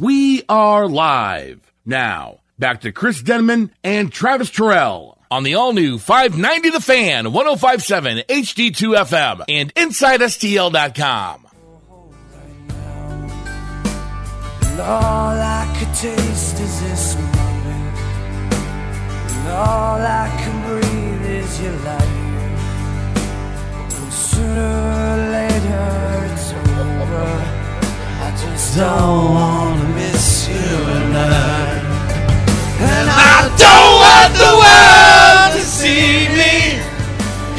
We are live. Now, back to Chris Denman and Travis Terrell on the all new 590 The Fan, 1057 HD2 FM, and InsideSTL.com. And all I could taste is this moment. And all I can breathe is your life. And sooner or later it's over. I just don't want to miss you tonight. And I don't want the world to see me.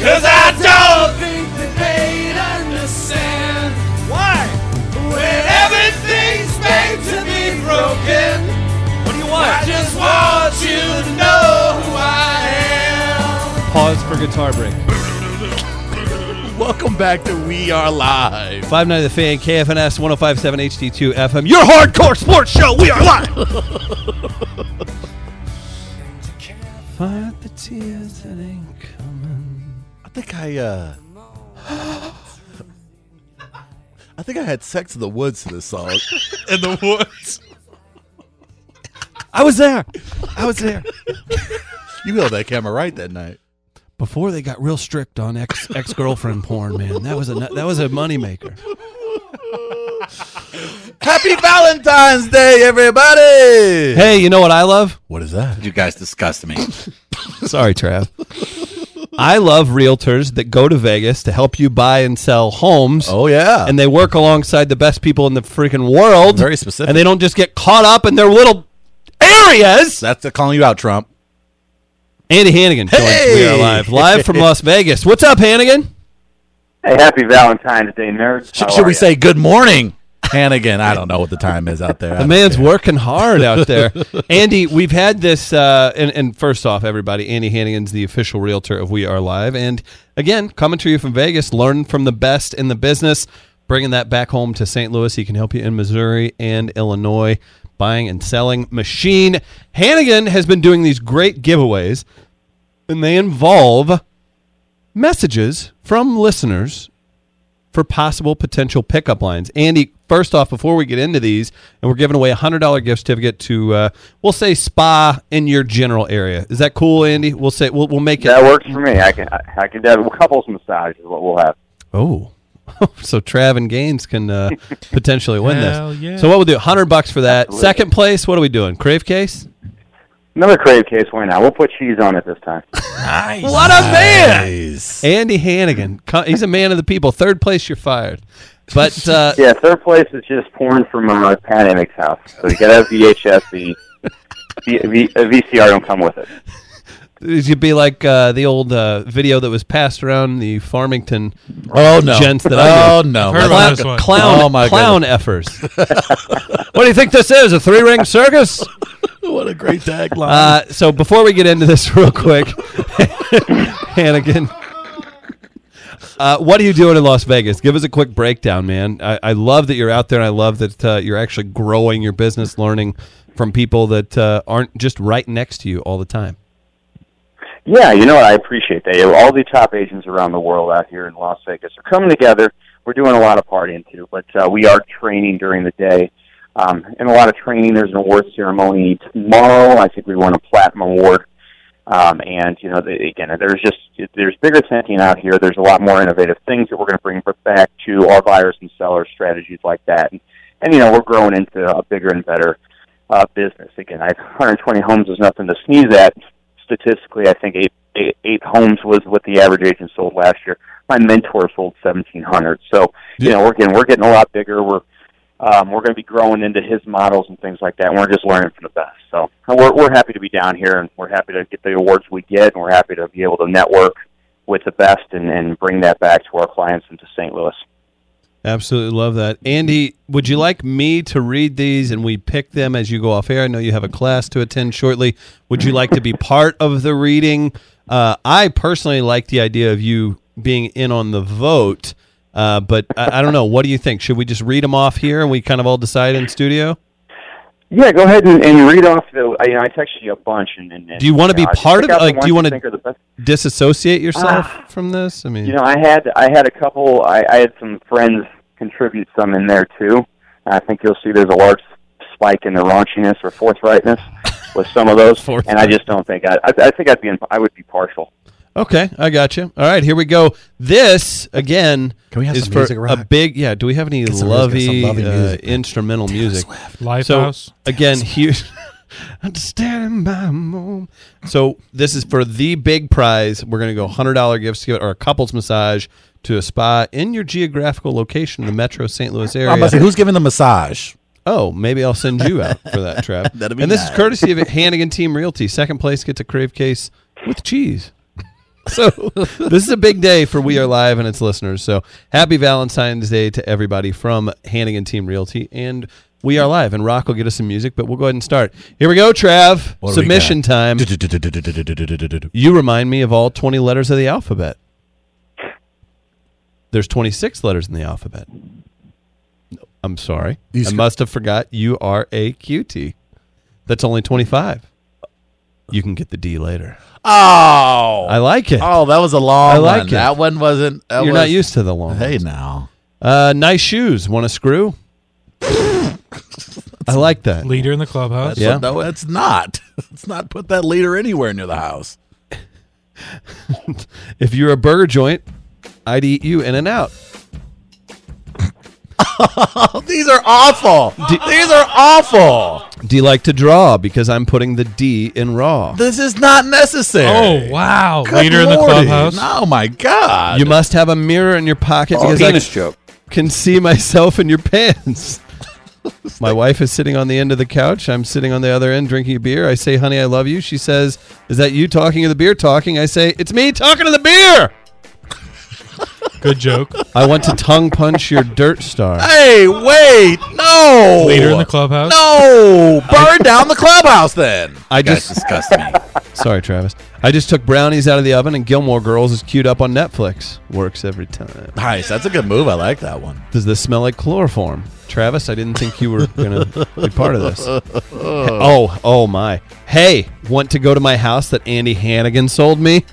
Cause I don't think that they'd understand. Why? When everything's made to be broken. What do you want? I just want you to know who I am. Pause for guitar break. Welcome back to We Are Live. Five Night of the Fan, KFNS 1057 HD2 FM, your hardcore sports show. We are live. Fight the tears that ain't coming. I think I uh I think I had sex in the woods to this song. In the woods. I was there. I was there. You held that camera right that night. Before they got real strict on ex ex girlfriend porn, man, that was a nu- that was a moneymaker. Happy Valentine's Day, everybody! Hey, you know what I love? What is that? You guys disgust me. Sorry, Trav. I love realtors that go to Vegas to help you buy and sell homes. Oh yeah. and they work alongside the best people in the freaking world. Very specific. And they don't just get caught up in their little areas. that's uh, calling you out, Trump. Andy Hannigan joins We Are Hey! Live, live from Las Vegas. What's up, Hannigan? Hey, happy Valentine's Day, nerds. Sh- How should are we ya? say good morning? Hannigan, I don't know what the time is out there. I The don't man's care. working hard out there. Andy, we've had this, uh, and, and first off, everybody, Andy Hannigan's the official realtor of We Are Live. And again, coming to you from Vegas, learn from the best in the business, bringing that back home to St. Louis. He can help you in Missouri and Illinois, buying and selling machine. Hannigan has been doing these great giveaways, and they involve messages from listeners for possible potential pickup lines. Andy, first off, before we get into these, and we're giving away a hundred dollar gift certificate to, uh, we'll say spa in your general area. Is that cool, Andy? We'll say we'll, we'll make it. that works for me? I can I, I can have couples massage is what we'll have. Oh, so Trav and Gaines can uh, potentially win Hell this. yeah. So what we'll do? Hundred bucks for that. Second place. What are we doing? Crave case. Another crave case. Why not? We'll put cheese on it this time. What a man! Nice. Andy Hannigan. Co- He's a man of the people. Third place, you're fired. But uh, Yeah, third place is just porn from uh, Pat Amick's house. So you gotta have VHS. The, the, the uh, VCR don't come with it. you'd be like uh, the old uh, video that was passed around the Farmington Oh no. gents that I oh knew. no. Heard about Clown, this one. clown, Oh, my clown effers. what do you think this is? A three ring circus? what a great tagline. Uh, so before we get into this, real quick, Hannigan, uh, what are you doing in Las Vegas? Give us a quick breakdown, man. I, I love that you're out there, and I love that uh, you're actually growing your business, learning from people that uh, aren't just right next to you all the time. Yeah, you know what? I appreciate that. All the top agents around the world out here in Las Vegas are coming together. We're doing a lot of partying too, but uh, we are training during the day. Um, and a lot of training. There's an award ceremony tomorrow. I think we won a platinum award. Um, and you know, the, again, there's just there's bigger thinking out here. There's a lot more innovative things that we're going to bring back to our buyers and sellers, strategies like that. And, and you know, we're growing into a bigger and better uh, business. Again, I, 120 homes is nothing to sneeze at. Statistically, I think eight, eight, eight homes was what the average agent sold last year. My mentor sold 1,700. So, you know, we're getting, we're getting a lot bigger. We're, um, we're going to be growing into his models and things like that. And we're just learning from the best. So we're, we're happy to be down here and we're happy to get the awards we get and we're happy to be able to network with the best and, and bring that back to our clients and to St. Louis. Absolutely love that. Andy, would you like me to read these and we pick them as you go off air? I know you have a class to attend shortly. Would you like to be part of the reading? Uh, I personally like the idea of you being in on the vote, uh, but I, I don't know. What do you think? Should we just read them off here and we kind of all decide in studio? Yeah, go ahead and, and read off the. I, you know, I texted you a bunch. And, and, and Do you wanna be uh, just part of pick it? out the Like, do ones you wanna- think are the best. Disassociate yourself from this? I mean, You know, I had I had a couple. I, I had some friends contribute some in there too. I think you'll see there's a large spike in the raunchiness or forthrightness with some of those, and I just don't think I. I, I think I'd be. In, I would be partial. Okay, I got you. All right, here we go. This again Can we have is some for music, a Rock? big yeah. Do we have any some- let's get some lovey, lovey uh, music. instrumental music? Lifehouse. So again, huge. I'm standing by mom. So this is for the big prize. We're gonna go hundred dollar gifts to give it, or a couples massage to a spa in your geographical location in the Metro St. Louis area. I'm about to say, who's giving the massage? Oh, maybe I'll send you out for that, Trev. That'd be and this is nice. courtesy of Hannigan Team Realty. Second place gets a crave case with cheese. So this is a big day for We Are Live and its listeners. So happy Valentine's Day to everybody from Hannigan Team Realty and We Are Live. And Rock will get us some music, but we'll go ahead and start. Here we go, Trav. What do we Submission got? time. You remind me of all 20 letters of the alphabet. There's 26 letters in the alphabet. I'm sorry. You I sk- must have forgot you are a cutie. That's only 25. You can get the D later. Oh, I like it. oh, that was a long I like one. it. That one wasn't. that You're was- not used to the long. Hey, ones. now Uh, nice shoes. Want a screw? I like that. Leader in the clubhouse. that's Yeah. what- no, it's not. Let's not put that leader anywhere near the house. If you're a burger joint, I'd eat you in and out. Oh, These are awful. These are awful. Do you like to draw? Because I'm putting the D in raw. This is not necessary. Oh wow! Good Leader in the lordy. clubhouse. Oh my god. you must have a mirror in your pocket because I joke. can see myself in your pants. My wife is sitting on the end of the couch. I'm sitting on the other end drinking a beer. I say, honey, I love you. She says, is that you talking to the beer talking? I say, it's me talking to the beer. Good joke. I want to tongue punch your dirt star. hey, wait. No. Leader in the clubhouse. No. Burn down the clubhouse then. I Guys, just- disgust me. Sorry, Travis. I just took brownies out of the oven and Gilmore Girls is queued up on Netflix. Works every time. Nice. That's a good move. I like that one. Does this smell like chloroform? Travis, I didn't think you were going to be part of this. Oh, oh my. Hey, want to go to my house that Andy Hannigan sold me?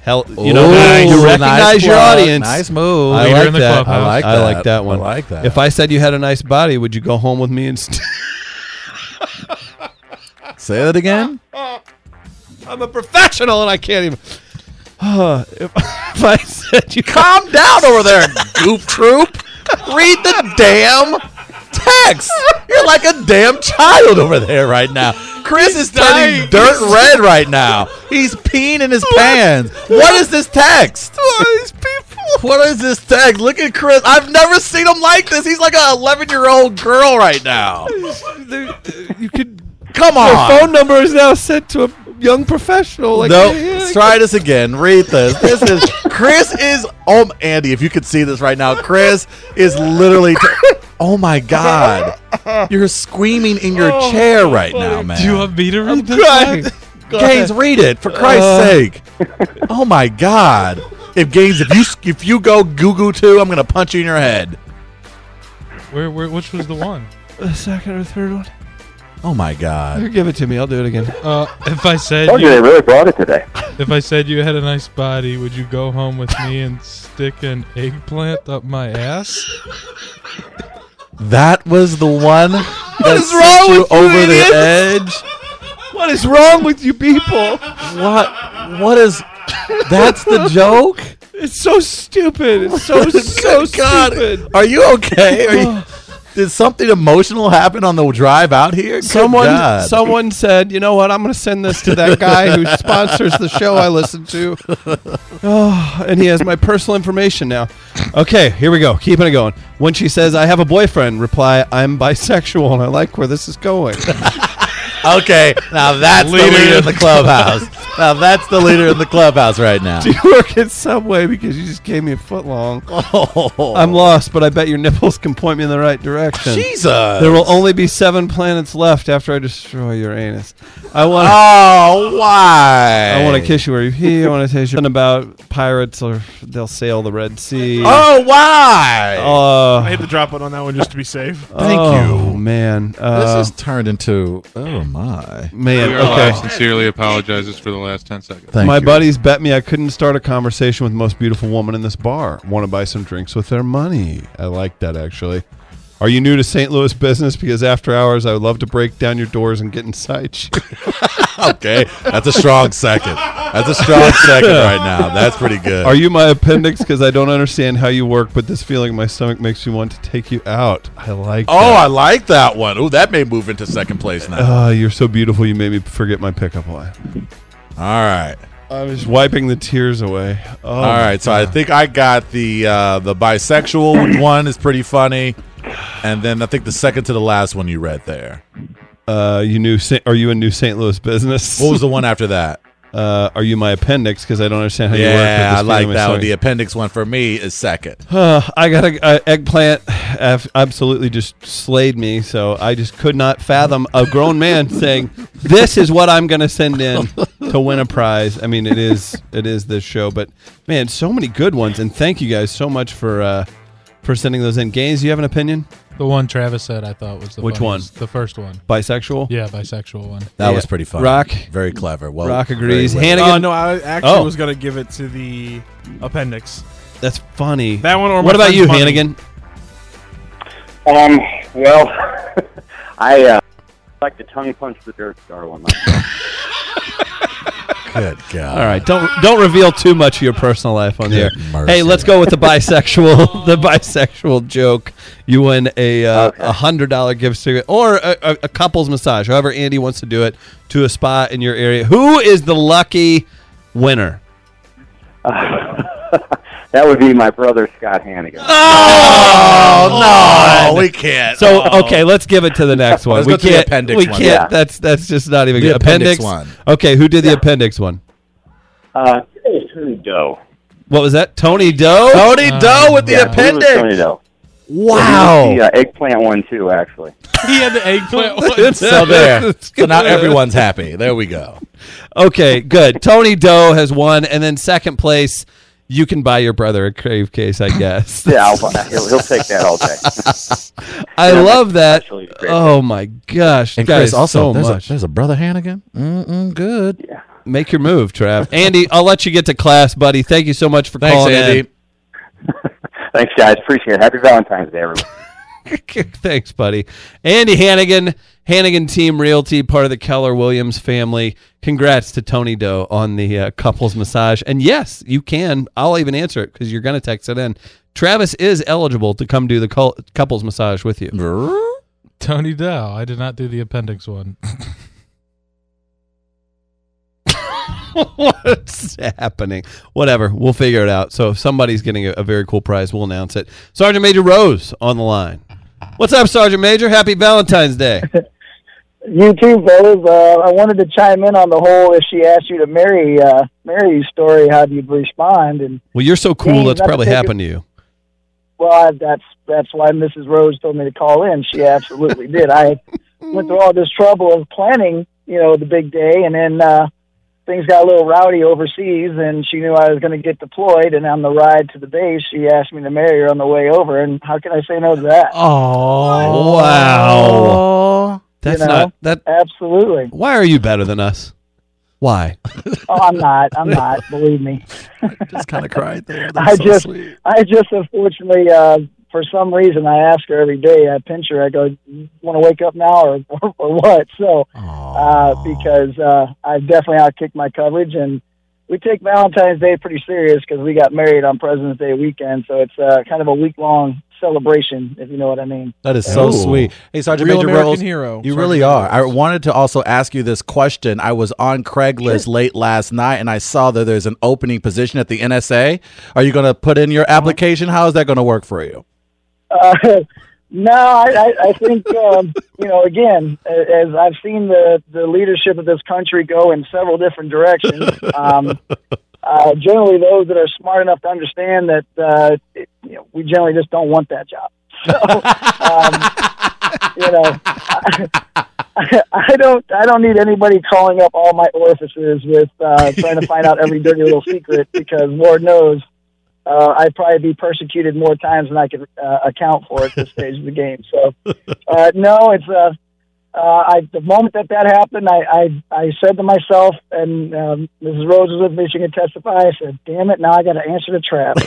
Hell, you know, Ooh, nice. you recognize Nice your plug. audience. Nice move. I Leader like in the that. clubhouse. I like that. I like that one. I like that. If I said you had a nice body, would you go home with me and st- Say that again. I'm a professional and I can't even. if, if I said you Calm down over there, goof troop. Read the damn text. You're like a damn child over there right now. Chris is turning dying. dirt red right now. He's peeing in his pants. What is this text? What Oh, are these people? What is this text? Look at Chris. I've never seen him like this. He's like an 11 year old girl right now. you could. Come Your on. phone number is now sent to a young professional. Like nope. Andy Let's Hannigan. try this again. Read this. This is Chris is oh Andy, if you could see this right now, Chris is literally. t- oh my God, you're screaming in your Oh, chair right now, man. Do you want me to read this? Cry- back? Gaines, read it for Christ's Uh. sake. Oh my God, if Gaines, if you if you go goo goo too, I'm gonna punch you in your head. Where, where? Which was the one? The second or third one. Oh my God. You give it to me. I'll do it again. Uh, if I said Told you you, they really brought it today. if I said you had a nice body, would you go home with me and stick an eggplant up my ass? That was the one that is sent wrong you with you over the idiots? edge. What is wrong with you people? What? What is? That's the joke. It's so stupid. It's so so Good God. stupid. Are you okay? Are you, did something emotional happen on the drive out here? Good Someone God. someone said, you know what? I'm going to send this to that guy who sponsors the show I listen to. Oh, and he has my personal information now. Okay, here we go. Keeping it going. When she says, "I have a boyfriend," reply, "I'm bisexual," and I like where this is going. okay. Now that's the Leader leader in in the clubhouse. now that's the leader in the clubhouse right now. Do you work at Subway because you just gave me a foot long? Oh, I'm lost, but I bet your nipples can point me in the right direction. Jesus. There will only be seven planets left after I destroy your anus. I want. oh, why? I want to kiss you where you pee. I want to taste you. Something about pirates or they'll sail the Red Sea. Oh, why? I Uh, had to drop it on that one just to be safe. thank oh, you. man. Uh, this has turned into oh my. man. We Are Live Okay. sincerely apologizes for the last 10 seconds. Thank My you. buddies bet me I couldn't start a conversation with most beautiful woman in this bar. Want to buy some drinks with their money? I like that actually. Are you new to St. Louis business? Because after hours, I would love to break down your doors and get inside you. Okay, that's a strong second. That's a strong second right now. That's pretty good. Are you my appendix? Because I don't understand how you work, but this feeling in my stomach makes me want to take you out. I like. Oh, I that. like that one. Oh, that may move into second place now. Ah, you're so beautiful. You made me forget my pickup line. All right. I was wiping the tears away. Oh, All right, so I think I got the uh, the bisexual one is pretty funny, and then I think the second to the last one you read there. Uh, you knew. Sa- Are you a new St. Louis business? What was the one after that? uh, are you my appendix? Because I don't understand how you work. with yeah, this I like feeling in my that one. stomach. The appendix one for me is second. Uh, I got a, a eggplant. af- Absolutely, just slayed me. So I just could not fathom a grown man saying, "This is what I'm going to send in to win a prize." I mean, it is it is this show, but man, so many good ones. And thank you guys so much for uh, for sending those in. Gaines, do you have an opinion? The one Travis said I thought was the Which one? funniest. The first one. Bisexual. Yeah, bisexual one. That Yeah. was pretty funny. Rock. very clever. Well, Rock very agrees. well. Hannigan. Oh no, I actually Oh. was gonna give it to the appendix. That's funny. That one or my what about friend's you, money. Hannigan? Um, well, I uh, like to tongue punch the dirt star one. myself. Good God. All right, don't don't reveal too much of your personal life on there. Good mercy. Hey, let's go with the bisexual the bisexual joke. You win a uh, Okay. a hundred dollar gift certificate or a, a, a couple's massage, however Andy wants to do it, to a spa in your area. Who is the lucky winner? that would be my brother Scott Hannigan. Uh, Oh, no, we can't. So okay, let's give it to the next one. Let's we go to the can't. appendix we one. can't. Yeah. That's that's just not even The good. appendix Appendix one. Okay, who did the appendix one? Uh, it was Tony Doe. What was that? Tony Doe. Tony Doe with the Yeah, I believe it was Tony appendix. Doe. Wow. The uh, eggplant one too, actually. He had the eggplant one. So there. So now everyone's happy. There we go. Okay, good. Tony Doe has won, and then second place, you can buy your brother a crave case, I guess. Yeah, I'll, he'll, he'll take that all day. I love that. actually a crave Oh my gosh, And guys, Chris, also, so there's much. a, there's a brother Hannigan. Mm-mm, good. Make your move, Trav. Andy, I'll let you get to class, buddy. Thank you so much for Thanks, calling Andy. in. Thanks, guys. Appreciate it. Happy Valentine's Day, everyone. Thanks, buddy. Andy Hannigan, Hannigan Team Realty, part of the Keller Williams family. Congrats to Tony Doe on the uh, couples massage. And yes, you can. I'll even answer it because you're going to text it in. Travis is eligible to come do the cou- couples massage with you. Tony Dow. I did not do the appendix one. What's happening? Whatever. We'll figure it out. So if somebody's getting a, a very cool prize, we'll announce it. Sergeant Major Rose on the line. What's up, Sergeant Major? Happy Valentine's Day. You too, fellas. Uh, I wanted to chime in on the whole if she asked you to marry uh, marry you story, how do you respond? And Well, you're so Yeah, cool. you That's gotta probably take it- happened to you. well, I, that's that's why Mrs. Rose told me to call in. She absolutely did. I went through all this trouble of planning, you know, the big day, and then uh, things got a little rowdy overseas, and she knew I was going to get deployed. And on the ride to the base, she asked me to marry her on the way over. And how can I say no to that? Oh wow! That's You know? not that. Absolutely. Why are you better than us? Why? Oh, I'm not. I'm not. Believe me. Just kind of cried there. I just, I just unfortunately, uh, for some reason, I ask her every day. I pinch her. I go, "Want to wake up now or or, or what?" So uh, because uh, I definitely outkicked my coverage, and we take Valentine's Day pretty serious because we got married on President's Day weekend, so it's uh, kind of a week long celebration, if you know what I mean. That is so sweet. Hey, Sergeant Real Major American Rose, hero, you Sergeant really Major are. I Rose. wanted to also ask you this question. I was on Craigslist late last night, and I saw that there's an opening position at the NSA. Are you going to put in your Uh-huh. application? How is that going to work for you? Uh, no, I, I, I think um, you know. Again, a- as I've seen the the leadership of this country go in several different directions. Um, uh, generally, those that are smart enough to understand that uh, it, you know, we generally just don't want that job. So, um, you know, I, I don't. I don't need anybody calling up all my orifices with uh, trying to find out every dirty little secret because Lord knows uh, I'd probably be persecuted more times than I could uh, account for at this stage of the game. So, uh, no, it's uh, uh, I, the moment that that happened, I, I, I said to myself, and um, Mrs. Rose was with me, she can testify. I said, damn it, now I got to answer the trap.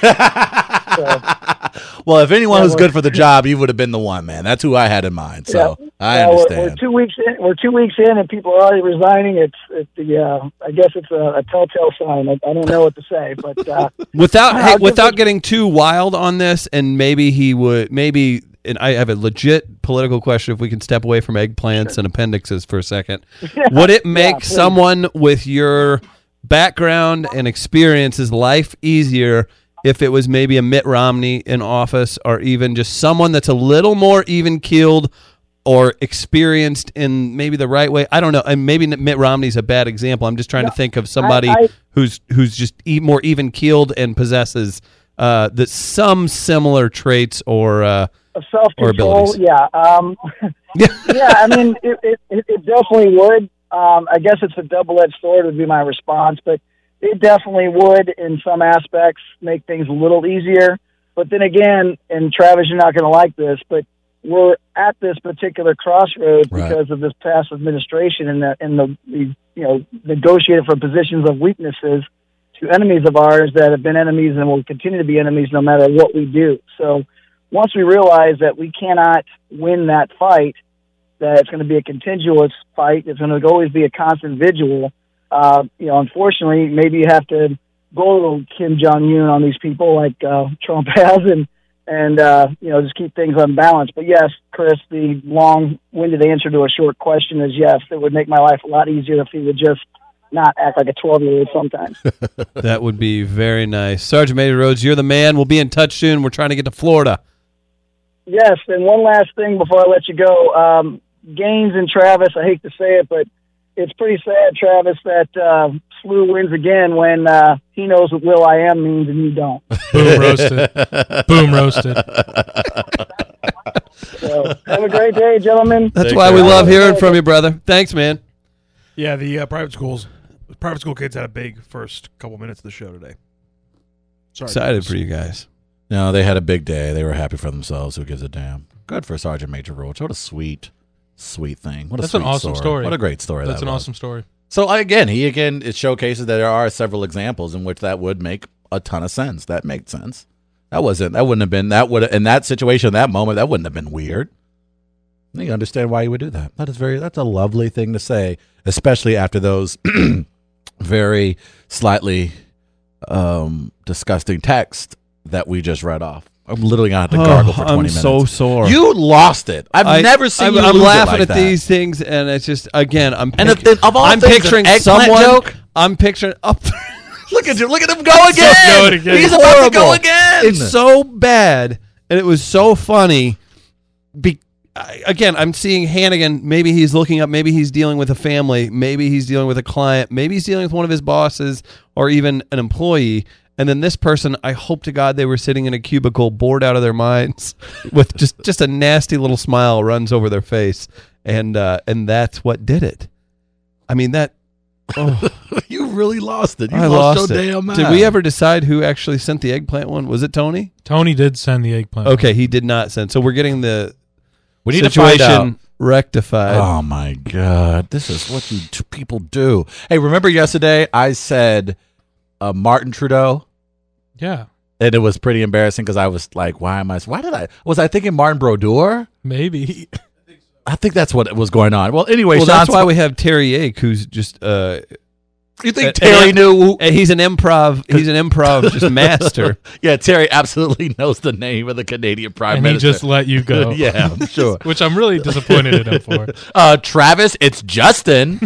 So, Well, if anyone Yeah, was we're- good for the job, you would have been the one, man. That's who I had in mind. So Yeah. I Yeah, understand. We're, we're two weeks in. We're two weeks in, and people are already resigning. It's, it's the. Uh, I guess it's a, a telltale sign. I, I don't know what to say, but uh, Without I'll hey, give without getting too wild on this, and maybe he would maybe. And I have a legit political question. If we can step away from eggplants and appendixes for a second, would it Yeah, make please. someone with your background and experiences life easier if it was maybe a Mitt Romney in office, or even just someone that's a little more even keeled or experienced in maybe the right way? I don't know. And maybe Mitt Romney's a bad example. I'm just trying to think of somebody I- who's who's just e- more even keeled and possesses uh, that some similar traits or uh, self or control. abilities. Yeah. Um, yeah. I mean, it, it, it it definitely would. Um, I guess it's a double edged sword would be my response, but it definitely would in some aspects make things a little easier. But then again, and Travis, you're not going to like this, but we're at this particular crossroads Right. because of this past administration and the and the, the you know negotiated from positions of weaknesses to enemies of ours that have been enemies and will continue to be enemies no matter what we do. So once we realize that we cannot win that fight, that it's going to be a continuous fight, it's going to always be a constant vigil. Uh, you know, unfortunately, maybe you have to go a little Kim Jong Un on these people like uh, Trump has, and and uh, you know just keep things unbalanced. But yes, Chris, the long-winded answer to a short question is yes. It would make my life a lot easier if he would just not act like a twelve-year-old sometimes. that would be very nice. Sergeant Major Rhodes, you're the man. We'll be in touch soon. We're trying to get to Florida. Yes, and one last thing before I let you go. Um, Gaines and Travis, I hate to say it, but it's pretty sad, Travis, that uh, Slew wins again when uh, he knows what Will I Am means and you don't. Boom roasted. Boom roasted. So have a great day, gentlemen. That's why we love hearing from you, brother. Thanks, man. Yeah, the uh, private schools, private school kids had a big first couple minutes of the show today. Sorry, Excited folks. for you guys. No, they had a big day. They were happy for themselves. Who gives a damn? Good for Sergeant Major Roach. What a sweet, sweet thing. What a That's sweet an awesome story. What a great story. That's that an was. awesome story. So I- again, he again it showcases that there are several examples in which that would make a ton of sense. That makes sense. That wasn't. That wouldn't have been. That would in that situation, that moment, that wouldn't have been weird. I think I understand why you would do that. That is very. That's a lovely thing to say, especially after those very slightly um, disgusting text that we just read off. I'm literally gonna have to gargle for 20 Oh, I'm minutes. so sore. You lost it. I've I- never seen. I'm, you I'm lose it laughing like at that. these things, and it's just again, I'm And if pic- then- of all I'm things, an picturing eggplant someone. joke? I'm picturing up. Look at you. Look at him go again. Go again. He's about to go horrible. again. It's so bad, and it was so funny. Be- I- again, I'm seeing Hannigan. Maybe he's looking up. Maybe he's dealing with a family. Maybe he's dealing with a client. Maybe he's dealing with one of his bosses or even an employee. And then this person, I hope to God they were sitting in a cubicle, bored out of their minds, with just just a nasty little smile runs over their face, and uh, and that's what did it. I mean that. Oh. you really lost it. You I lost, lost your it. damn mind. Did we ever decide who actually sent the eggplant one? Was it Tony? Tony did send the eggplant. Okay, he did not send. So we're getting the We need situation to find out. rectified. Oh my god, this is what you t- people do. Hey, remember yesterday I said uh, Martin Trudeau, Yeah, and it was pretty embarrassing because I was like, why am I? Why did I? Was I thinking Martin Brodeur? maybe. I think that's what was going on. Well, anyway, well, that's Sean's- why we have Terry Ake, who's just uh, you think and- Terry and- knew. who- eh, he's an improv. He's an improv just master. yeah, Terry absolutely knows the name of the Canadian Prime and he Minister. just let you go. yeah, I'm sure. which I'm really disappointed in him for. Uh, Travis, it's Justin.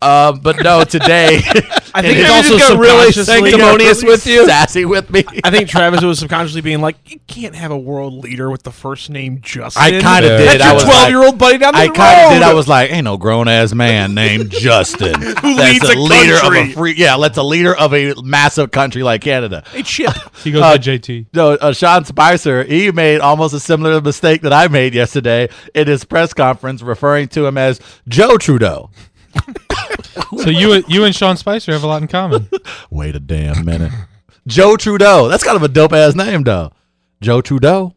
Uh, but no, today I think And it's you also just got really subconsciously- sanctimonious with you, sassy with me. I think Travis was subconsciously being like, "You can't have a world leader with the first name Justin." I kind of Fair. did. That's I your was twelve year old buddy down the Like, I road. kind of did. I was like, ain't no grown ass man named Justin who leads a leader of a country. free. Yeah, that's a leader of a massive country like Canada. hey, Chip. He goes Uh, to JT. No, uh, Sean Spicer, he made almost a similar mistake that I made yesterday in his press conference, referring to him as Joe Trudeau. So you you and Sean Spicer have a lot in common. Wait a damn minute. Joe Trudeau. That's kind of a dope ass name, though. Joe Trudeau.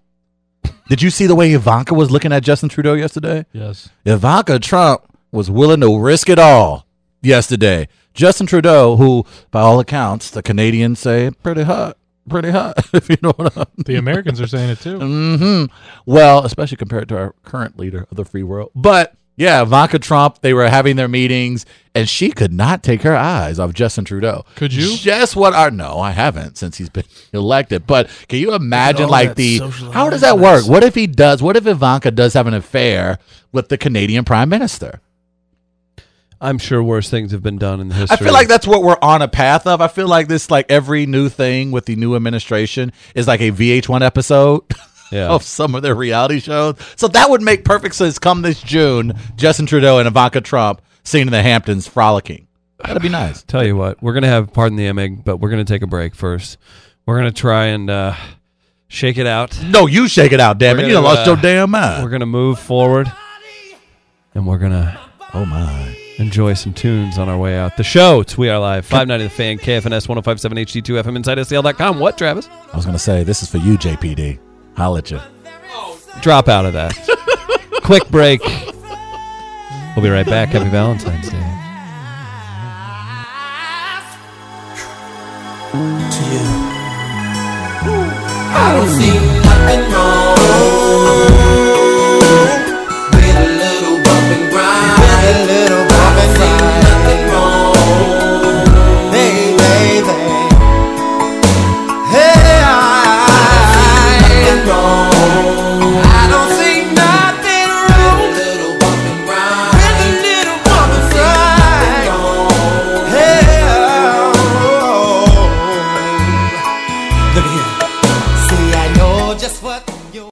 Did you see the way Ivanka was looking at Justin Trudeau yesterday? Yes. Ivanka Trump was willing to risk it all yesterday. Justin Trudeau, who, by all accounts, the Canadians say pretty hot, pretty hot, if you know what I mean. The Americans are saying it too. hmm Well, especially compared to our current leader of the free world. But yeah, Ivanka Trump, they were having their meetings, and she could not take her eyes off Justin Trudeau. Could you? Just what our no, I haven't since he's been elected. But can you imagine all like that the social how does that work? What if he does? What if Ivanka does have an affair with the Canadian Prime Minister? I'm sure worse things have been done in the I history. feel like that's what we're on a path of. I feel like this, like every new thing with the new administration, is like a VH1 episode Yeah. of some of their reality shows. So that would make perfect sense. Come this June, Justin Trudeau and Ivanka Trump seen in the Hamptons frolicking. That'd be nice. Tell you what, we're gonna have pardon the emig, but we're gonna take a break first. We're gonna try and uh, shake it out. No, you shake it out, damn We're it! You done gonna, lost your uh, damn We're mind. gonna move forward, and we're gonna Oh my! enjoy some tunes on our way out. The show, it's We Are Live, 590 The Fan, KFNS 1057 HD2 FM, inside STL.com. What, Travis? I was gonna say this is for you, JPD. Holla at you. Drop out of that. Quick break. We'll be right back. Happy Valentine's Day. I don't see